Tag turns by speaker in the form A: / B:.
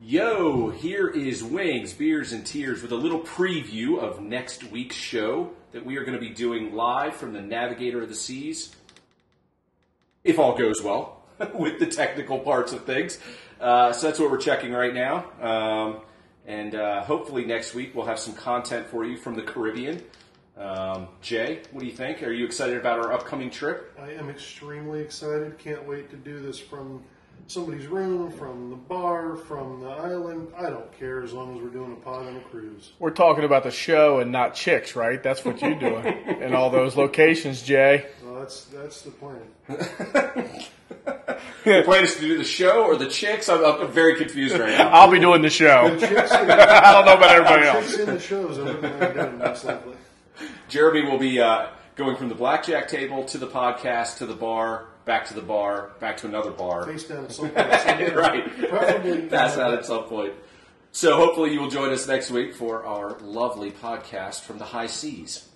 A: Yo, here is Wings, Beers, and Tears with a little preview of next week's show that we are going to be doing live from the Navigator of the Seas, if all goes well with the technical parts of things. Uh, so that's what we're checking right now. Um, and uh, hopefully next week we'll have some content for you from the Caribbean. Um, Jay, what do you think? Are you excited about our upcoming trip?
B: I am extremely excited. Can't wait to do this from somebody's room, from the bar, from the island. I don't care as long as we're doing a pod on a cruise.
C: We're talking about the show and not chicks, right? That's what you're doing in all those locations, Jay.
B: Well, that's that's the plan.
A: The plan is to do the show or the chicks? I'm, I'm very confused right now.
C: I'll be doing the show.
B: Chicks in,
C: I don't know about everybody else.
B: chicks in the shows. I'm looking at them, most likely.
A: Jeremy will be uh, going from the blackjack table to the podcast to the bar, back to the bar, back to another bar.
B: Face down at some point. somewhere.
A: Right.
B: Probably
A: Pass out at some point. So hopefully you will join us next week for our lovely podcast from the high seas.